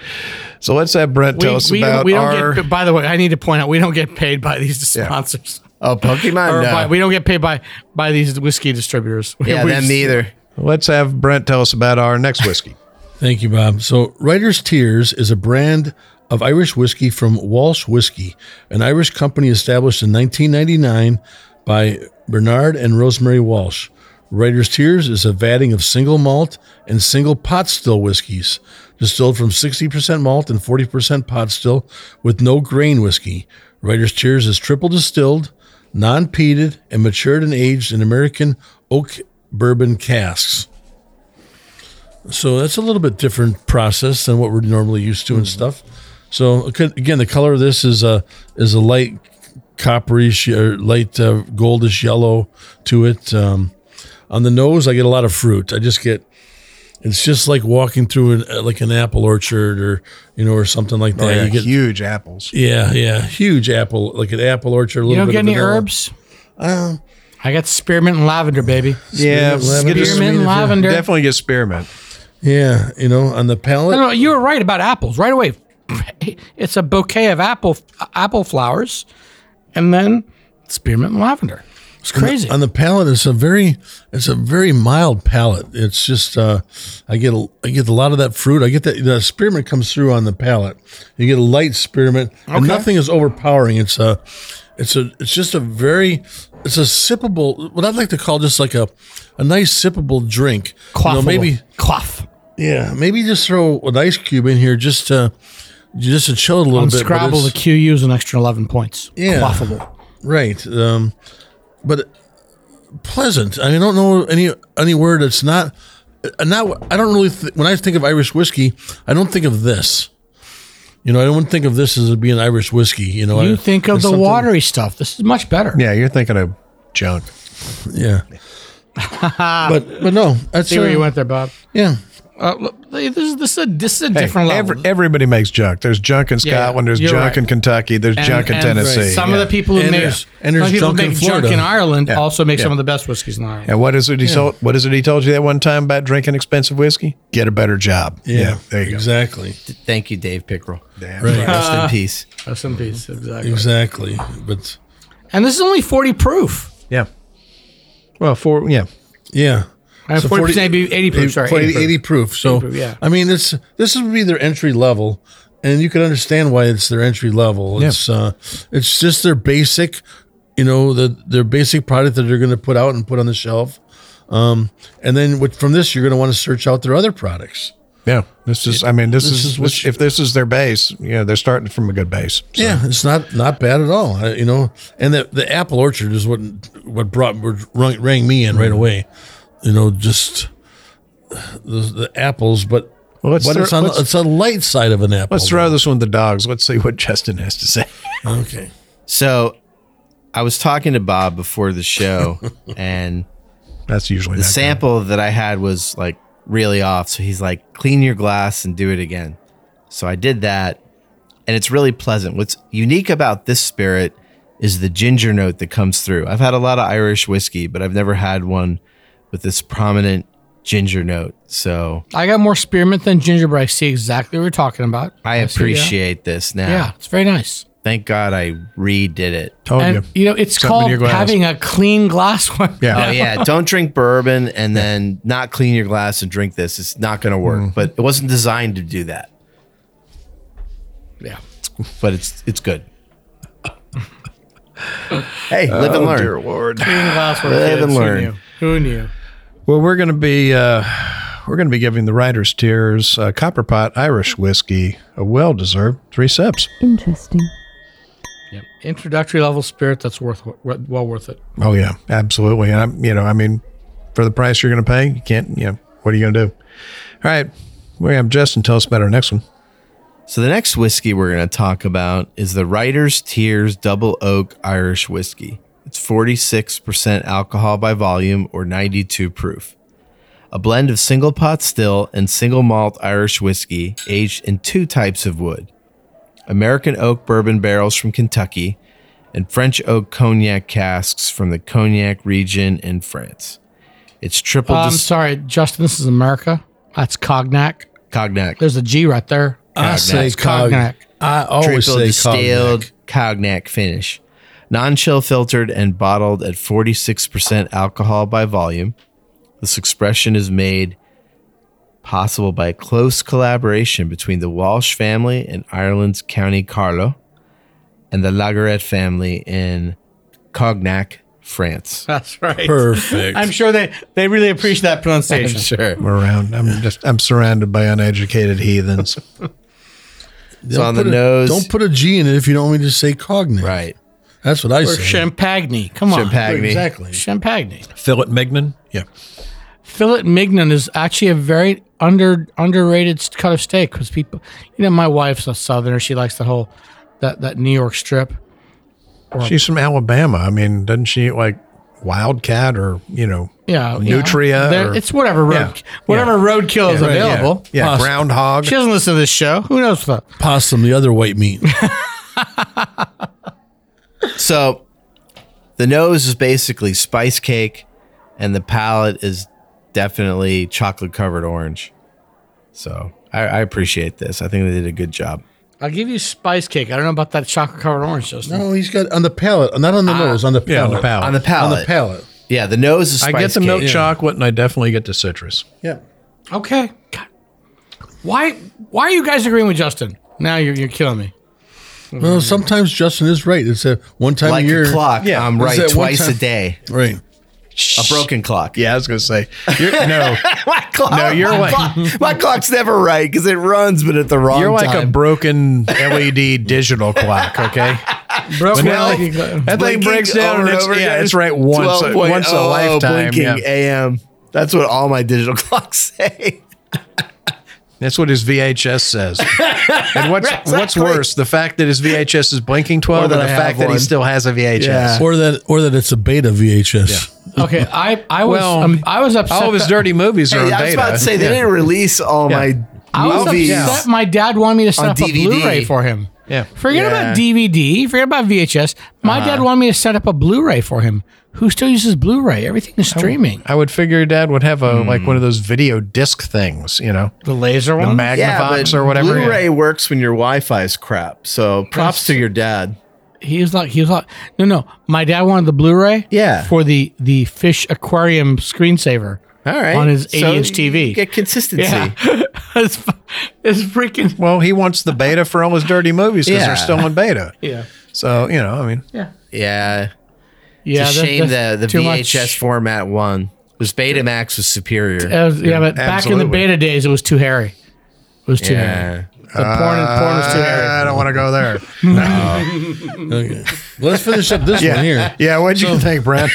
So let's have Brent tell we, us we, about we don't our. get, by the way, I need to point out we don't get paid by these sponsors. Oh, Pokemon? Or No. by, we don't get paid by by these whiskey distributors. *laughs* We- yeah, we them just- neither. Let's have Brent tell us about our next whiskey. Thank you, Bob. So, Writer's Tears is a brand of Irish whiskey from Walsh Whiskey, an Irish company established in 1999 by Bernard and Rosemary Walsh. Writer's Tears is a vatting of single malt and single pot still whiskeys, distilled from 60% malt and 40% pot still with no grain whiskey. Writer's Tears is triple distilled, non peated, and matured and aged in American oak bourbon casks. So that's a little bit different process than what we're normally used to and Mm-hmm. stuff. So ac- again, the color of this is a is a light copperish or light uh, goldish yellow to it. Um, on the nose, I get a lot of fruit. I just get it's just like walking through an, uh, like an apple orchard or you know or something like Oh, that. Oh, Yeah, you get huge apples. yeah yeah huge apple like an apple orchard. A You little don't bit get of any vanilla. herbs? I got spearmint and lavender, baby. Yeah, lavender. get a- Spearmint and lavender. Definitely get spearmint. Yeah, you know on the palate. No, no, you were right about apples right *laughs* away. It's a bouquet of apple apple flowers, and then spearmint and lavender. It's crazy. on the palate it's a very it's a very mild palate it's just uh i get a, i get a lot of that fruit i get that the spearmint comes through on the palate you get a light spearmint and nothing is overpowering it's a it's a it's just a very it's a sippable what i'd like to call just like a a nice sippable drink you know, Quaffable. maybe quaff. yeah maybe just throw an ice cube in here just to just to chill it a little On bit but Scrabble, it's- the QU's an extra eleven points. Yeah. Quaffable. Right. Um, but pleasant. I, mean, I don't know any any word that's not. And now I don't really th- when I think of Irish whiskey, I don't think of this. You know, I don't think of this as being Irish whiskey. You know, I, You think of it's the something- watery stuff. This is much better. Yeah, you're thinking of junk. *laughs* Yeah. but but no, that's See where uh, you went there, Bob. Yeah. Uh, look, this is this is a, this is a Hey, different level. every- everybody makes junk. There's junk in Yeah, yeah. Scotland. There's You're junk right. in Kentucky. There's And- junk in and Tennessee. Some yeah. of the people who And make there's- and there's some people who junk in make junk Florida. in Ireland Yeah. also make some Yeah. of the best whiskeys in Ireland. And what is it he told? What is it he told you that one time about drinking expensive whiskey? Get a better job. Yeah, there you exactly. Thank you, Dave Pickrell. go. Right. Rest in peace. Rest in peace. Exactly. Exactly. But And this is only forty proof. Yeah. Well, for yeah, yeah. Uh, So 40, 40 maybe 80 proof. Sorry, 40, 80 proof. 80 proof. So, proof, yeah. I mean, it's this would be their entry level, and you can understand why it's their entry level. It's uh, it's just their basic, you know, the their basic product that they're going to put out and put on the shelf, um, and then with, from this you're going to want to search out their other products. yeah. This is. I mean, this, is, is what this- you- if this is their base, you know, they're starting from a good base. So, Yeah, it's not not bad at all. I, you know, and the the apple orchard is what what brought what rang, rang me in Mm-hmm. right away. You know, just the, the apples, but. Well, let's but throw- it's on let's- it's a light side of an apple. Let's throw this one to the dogs. Let's see what Justin has to say. Okay. So I was talking to Bob before *laughs* the show, and That's usually the not good. sample that I had was like really off. So he's like, clean your glass and do it again. So I did that, and it's really pleasant. What's unique about this spirit is the ginger note that comes through. I've had a lot of Irish whiskey, but I've never had one with this prominent ginger note. So I got more spearmint than ginger, but I see exactly what you're talking about. I see, yeah. appreciate this now. Yeah. it's very nice. Thank God I redid it. Told and you. you know, it's Something in your called glass. having a clean *laughs* glass one. Yeah. Oh yeah, don't drink bourbon and then not clean your glass and drink this. It's not going to work. But it wasn't designed to do that. Yeah. But it's it's good. hey, live and Oh, learn. dear Lord. Clean glass one. Live kids. and learn. Who knew? Who knew? Well, we're going to be uh, we're going to be giving the writers' tears uh, Copperpot Irish whiskey a well-deserved three sips. Interesting. Yep. Introductory level spirit that's worth well worth it. Oh yeah, absolutely. And I'm, you know, I mean, for the price you're going to pay, you can't. You know, what are you going to do? All right, we have Justin. Tell us about our next one. So the next whiskey we're going to talk about is the Writer's Tears Double Oak Irish Whiskey. It's 46% alcohol by volume or 92 proof. A blend of single pot still and single malt Irish whiskey aged in two types of wood. American oak bourbon barrels from Kentucky and French oak cognac casks from the Cognac region in France. It's triple Um, I'm dis- sorry, Justin. This is America. That's cognac. cognac. There's a G right there. I say It's cognac. cognac. I always triple say distilled cognac. cognac. finish. Non chill filtered and bottled at 46% alcohol by volume. This expression is made possible by close collaboration between the Walsh family in Ireland's County Carlow and the Lagaret family in Cognac, France. That's *laughs* right. Perfect. I'm sure they, they really appreciate that pronunciation. Sure. I'm around. I'm just. I'm surrounded by uneducated heathens. So on the Put a- nose. Don't put a G in it if you don't want me to say cognate. right. That's what I Or say. Champagne. Come on. Champagne. Exactly. Champagne. Philip Mignon. Yeah. Fillet mignon is actually a very under underrated cut of steak because people, you know, my wife's a southerner. She likes the whole that that New York strip. She's from Alabama. I mean, doesn't she eat like Wildcat or you know? Yeah, you know, Nutria. there- or- it's whatever road, Yeah. whatever roadkill is Right, yeah. available. Yeah, Pasta. groundhog. She doesn't listen to this show. Who knows what? Possum, the other white *laughs* meat. So the nose is basically spice cake, and the palate is definitely chocolate covered orange. So I, I appreciate this. I think they did a good job. I'll give you spice cake. I don't know about that chocolate covered orange, Justin. no, he's got on the palate, not on the nose, on the palate. Yeah, on the palate. Ah. On the palate. On the palate. Yeah, the nose is I spice get the cake. milk chocolate, and I definitely get the citrus. Yeah. Okay. God. Why why are you guys agreeing with Justin? Now you're you're killing me. Well, sometimes Justin is right. It's a one time Like a year a clock, Yeah. I'm Is right that one twice time- a day. Right. A *laughs* broken clock. Yeah, I was gonna say. You're, no, my clock. No, you're my, like- clock- my clock's never right because it runs, but at the wrong you're like a time. broken LED digital clock. Okay. Broken Well, egg. That thing Blinking breaks down over and and it's, over yeah, again. it's right once a, 12.0 once a lifetime. Blinking Yeah. AM. That's what all my digital *laughs* clocks say. That's what his VHS says. *laughs* and what's what's Exactly. worse, the fact that his VHS is blinking 12 or, Or that the I have fact that he one. still has a VHS? Uh, Or that or that it's a beta VHS. Okay, I I was Well, um, I was upset. All of his that- dirty movies are Hey, on I was beta. about to say they yeah. didn't release all Yeah. I my was movies. upset. My dad wanted me to set On up a DVD. Blu-ray for him. Yeah. Forget Yeah. about DVD. Forget about VHS. My dad wanted me to set up a Blu-ray for him. Who still uses Blu-ray? Everything is streaming. I would figure your dad would have a like one of those video disc things, you know, The laser the one. Magnavox or whatever. yeah. Blu-ray works when your Wi-Fi is crap. So props That's- to your dad. he was like he was like no no. My dad wanted the Blu-ray. Yeah. For the the fish aquarium screensaver. All right, On his So 80-inch you TV. Get consistency. Yeah. *laughs* it's, fu- it's freaking Well, he wants the beta for all his dirty movies because Yeah. they're still in beta. yeah So you know, I mean, Yeah, yeah. it's a that- shame that's that the too much. VHS format won. Because Betamax was superior. It was- yeah, but back in the absolutely. beta days, it was too hairy. It was too hairy. Yeah. Uh, The porn and porn was too hairy. I don't want to go there. Okay. Well, let's finish up *laughs* this one here. yeah, what'd you think, Brent?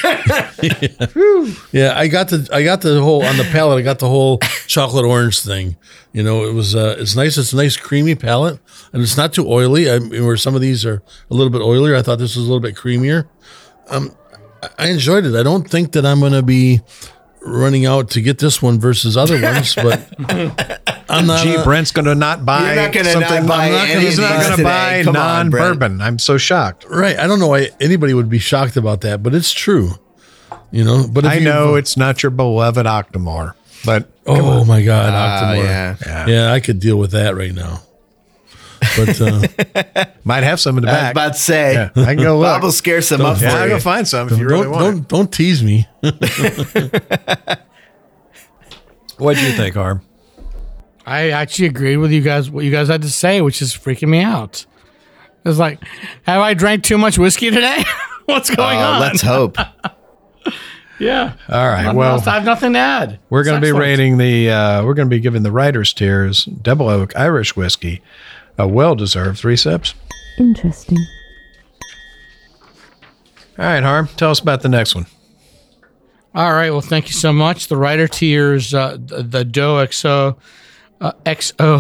Yeah, I got the I got the whole on the palate. I got the whole chocolate orange thing. You know, it was uh, it's nice. It's a nice creamy palate, and it's not too oily. I mean, where some of these are a little bit oilier, I thought this was a little bit creamier. Um, I- I enjoyed it. I don't think that I'm going to be running out to get this one versus other ones, but *laughs* I'm not. Gee, uh, Brent's going to not buy You're not gonna something. not buy I'm not gonna- he's any not of these going to today. buy Come on, Brent. non-bourbon. I'm so shocked. right. I don't know why anybody would be shocked about that, but it's true. You know, but if I you- know it's not your beloved Octomore, but Oh my God, Ah, Octomore. yeah. yeah, I could deal with that right now. *laughs* But uh, might have some in the I was back. about to say, Yeah, I can *laughs* go Bob will look. scare some up Yeah, for I you. can find some if you really don't want. don't don't tease me. What do you think, Arm? I actually agreed with you guys what you guys had to say, which is freaking me out. It's like, have I drank too much whiskey today? *laughs* What's going Uh, on? let's hope. yeah. All right. Nothing Well, else- I have nothing to add. We're going to be It's excellent. rating the. Uh, we're going to be giving the writers' tiers Double Oak Irish whiskey, a well-deserved three sips. Interesting. All right, Harm, tell us about the next one. All right. Well, thank you so much. The writer tiers, uh, the, the Doe XO, uh, XO,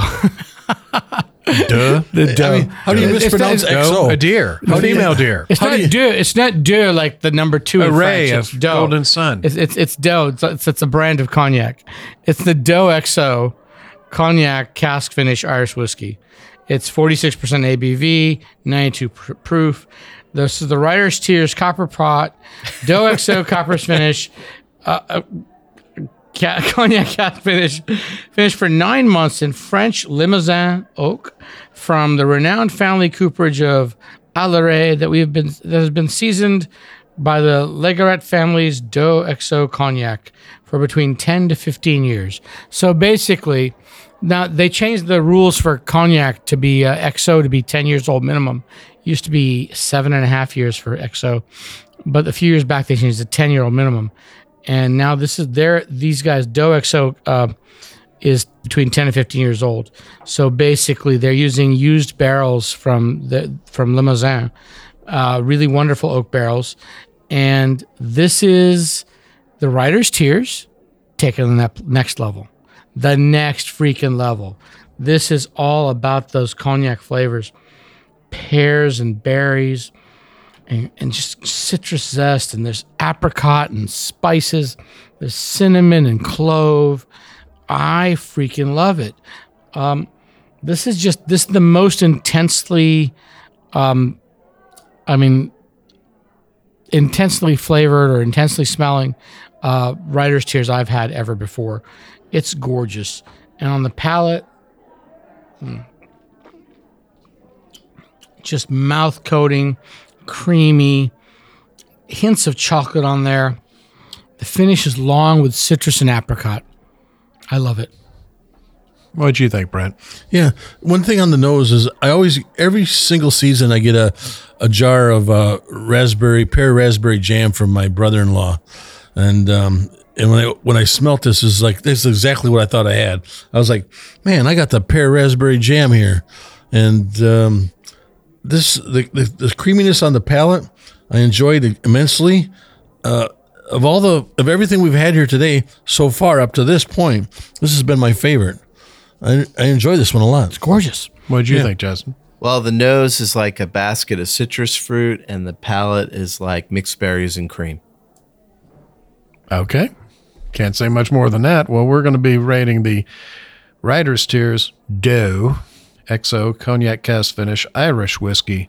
Duh, the Doe. How do you It's- it's mispronounce not- XO? a deer, a female deer, *laughs* It's Oh. How do not you- Doe. It's not Doe like the number two. a in ray French. of It's Doe. golden sun. It's it's it's Doe. It's, it's it's a brand of cognac. It's the Doe XO cognac cask finish Irish whiskey. It's 46% ABV, 92 pr- proof. This is the Writer's Tears Copper Pot, Doe XO Copper Finish, uh, uh, ca- *laughs* Cognac Cask Finish, finished for nine months in French Limousin oak from the renowned family cooperage of Alleray that we've been that has been seasoned by the Legaret family's Do Exo cognac for between 10 to 15 years. So basically, now they changed the rules for cognac to be uh, XO to be 10 years old minimum. Used to be seven and a half years for XO, but a few years back they changed the 10 year old minimum. And now this is their these guys Do XO uh, is between 10 and 15 years old. So basically, they're using used barrels from the from Limousin, uh, really wonderful oak barrels, and this is the Writer's Tears taken to that next level, the next freaking level. This is all about those cognac flavors, pears and berries, and, and just citrus zest, and there's apricot and spices, there's cinnamon and clove. I freaking love it. Um, this is just this is the most intensely, um, I mean, intensely flavored or intensely smelling uh, writer's tears I've had ever before. It's gorgeous, and on the palate, mm, just mouth coating, creamy, hints of chocolate on there. The finish is long with citrus and apricot. I love it. What'd you think, Brent? Yeah. One thing on the nose is I always every single season I get a a jar of uh, raspberry pear raspberry jam from my brother in law, and um, and when I when I smelt this is like this is exactly what I thought I had. I was like, man, I got the pear raspberry jam here, and um, this the, the the creaminess on the palate I enjoyed it immensely. Uh, of all the of everything we've had here today so far up to this point, this has been my favorite. I, I enjoy this one a lot. Gorgeous. What'd you think, Justin? Well, the nose is like a basket of citrus fruit, and the palate is like mixed berries and cream. Okay. Can't say much more than that. Well, we're going to be rating the Riders Tears Doe XO Cognac Cast Finish Irish Whiskey,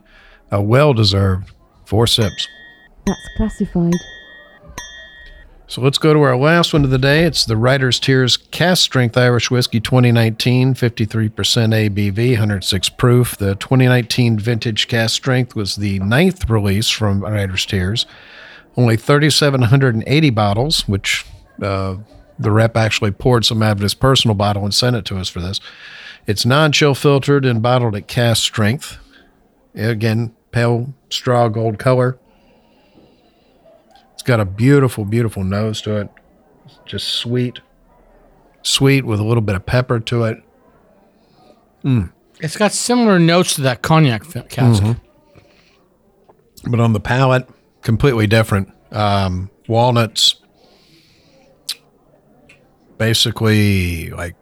a well deserved four sips. That's classified. So let's go to our last one of the day. It's the Writer's Tears Cast Strength Irish Whiskey 2019, 53% ABV, 106 proof. The 2019 vintage cast strength was the ninth release from Writer's Tears. Only 3,780 bottles, which uh, the rep actually poured some out of his personal bottle and sent it to us for this. It's non chill filtered and bottled at cast strength. Again, pale straw gold color. It's got a beautiful, beautiful nose to it. It's just sweet, sweet with a little bit of pepper to it. It's got similar notes to that cognac fi- cask. But on the palate, completely different. Um, walnuts, basically like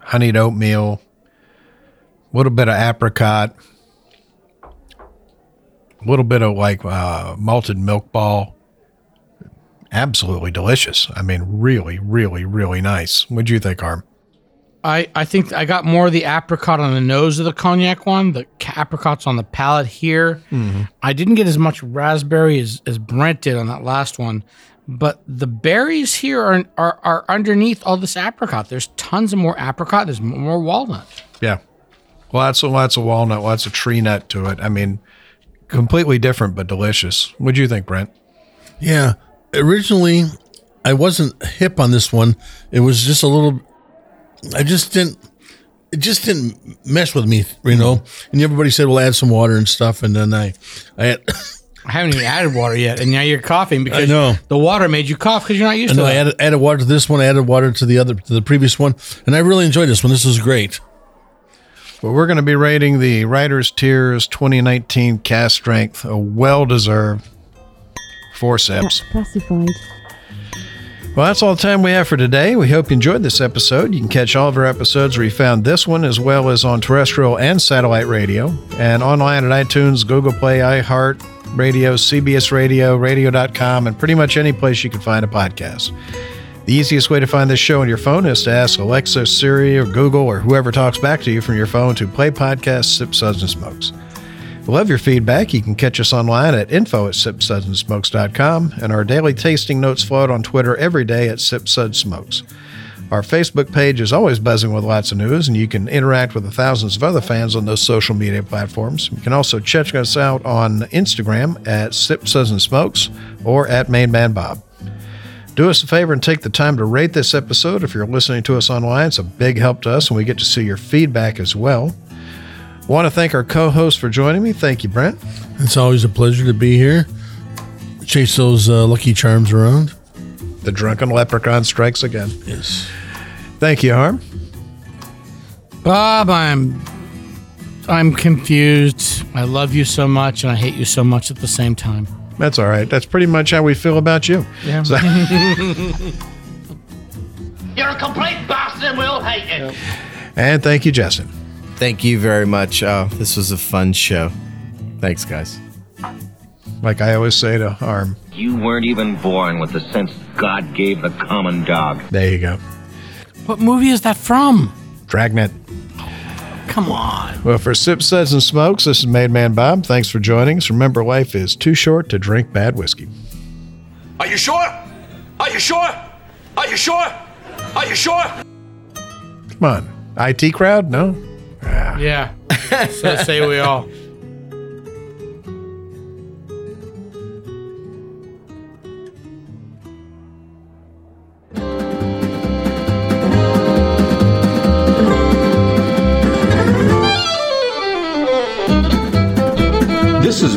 honeyed oatmeal, a little bit of apricot, a little bit of like uh, malted milk ball. Absolutely delicious. I mean, really, really, really nice. What'd you think, Arm? I, I think I got more of the apricot on the nose of the cognac one. The ca- apricots on the palate here. I didn't get as much raspberry as, as Brent did on that last one, but the berries here are, are are underneath all this apricot. There's tons of more apricot. There's more walnut. Yeah. Lots and lots of walnut, lots of tree nut to it. I mean, completely different but delicious. What'd you think, Brent? Yeah. Originally, I wasn't hip on this one. It was just a little. I just didn't. It just didn't mesh with me, you know. And everybody said, "Well, add some water and stuff," and then I, I had, *laughs* I haven't even added water yet, and now you're coughing because know. the water made you cough because you're not used I to know I it. added, added water to this one, I added water to the other to the previous one, and I really enjoyed this one. This was great. Well, we're going to be rating the Writer's Tears 2019 Cast Strength, a well deserved forceps. That's classified. Well, that's all the time we have for today. We hope you enjoyed this episode. You can catch all of our episodes where you found this one, as well as on terrestrial and satellite radio, and online at iTunes, Google Play, iHeart, Radio, CBS Radio, Radio.com, and pretty much any place you can find a podcast. The easiest way to find this show on your phone is to ask Alexa, Siri, or Google, or whoever talks back to you from your phone to play podcasts, sip suds, and smokes. We love your feedback. You can catch us online at info at sipsudsandSmokes.com, and our daily tasting notes float on Twitter every day at sipsudsmokes. Our Facebook page is always buzzing with lots of news, and you can interact with the thousands of other fans on those social media platforms. You can also check us out on Instagram at Sip Suds and Smokes or at Main Man Bob. Do us a favor and take the time to rate this episode if you're listening to us online. It's a big help to us, and we get to see your feedback as well. Want to thank our co host for joining me. Thank you, Brent. It's always a pleasure to be here. Chase those uh, lucky charms around. The drunken leprechaun strikes again. Yes. Thank you, Harm. Bob, I'm I'm confused. I love you so much and I hate you so much at the same time. That's all right. That's pretty much how we feel about you. Yeah. *laughs* So- You're a complete bastard and we all hate you. and thank you, Justin. Thank you very much. Oh, this was a fun show. Thanks, guys. Like I always say to Harm, You weren't even born with the sense God gave the common dog. there you go. What movie is that from? Dragnet. Come on. Well, for Sip Suds and Smokes, this is Made Man Bob. Thanks for joining us. Remember, life is too short to drink bad whiskey. Are you sure? Are you sure? Are you sure? Are you sure? Come on. IT crowd? No? Yeah. *laughs* so say we all. This has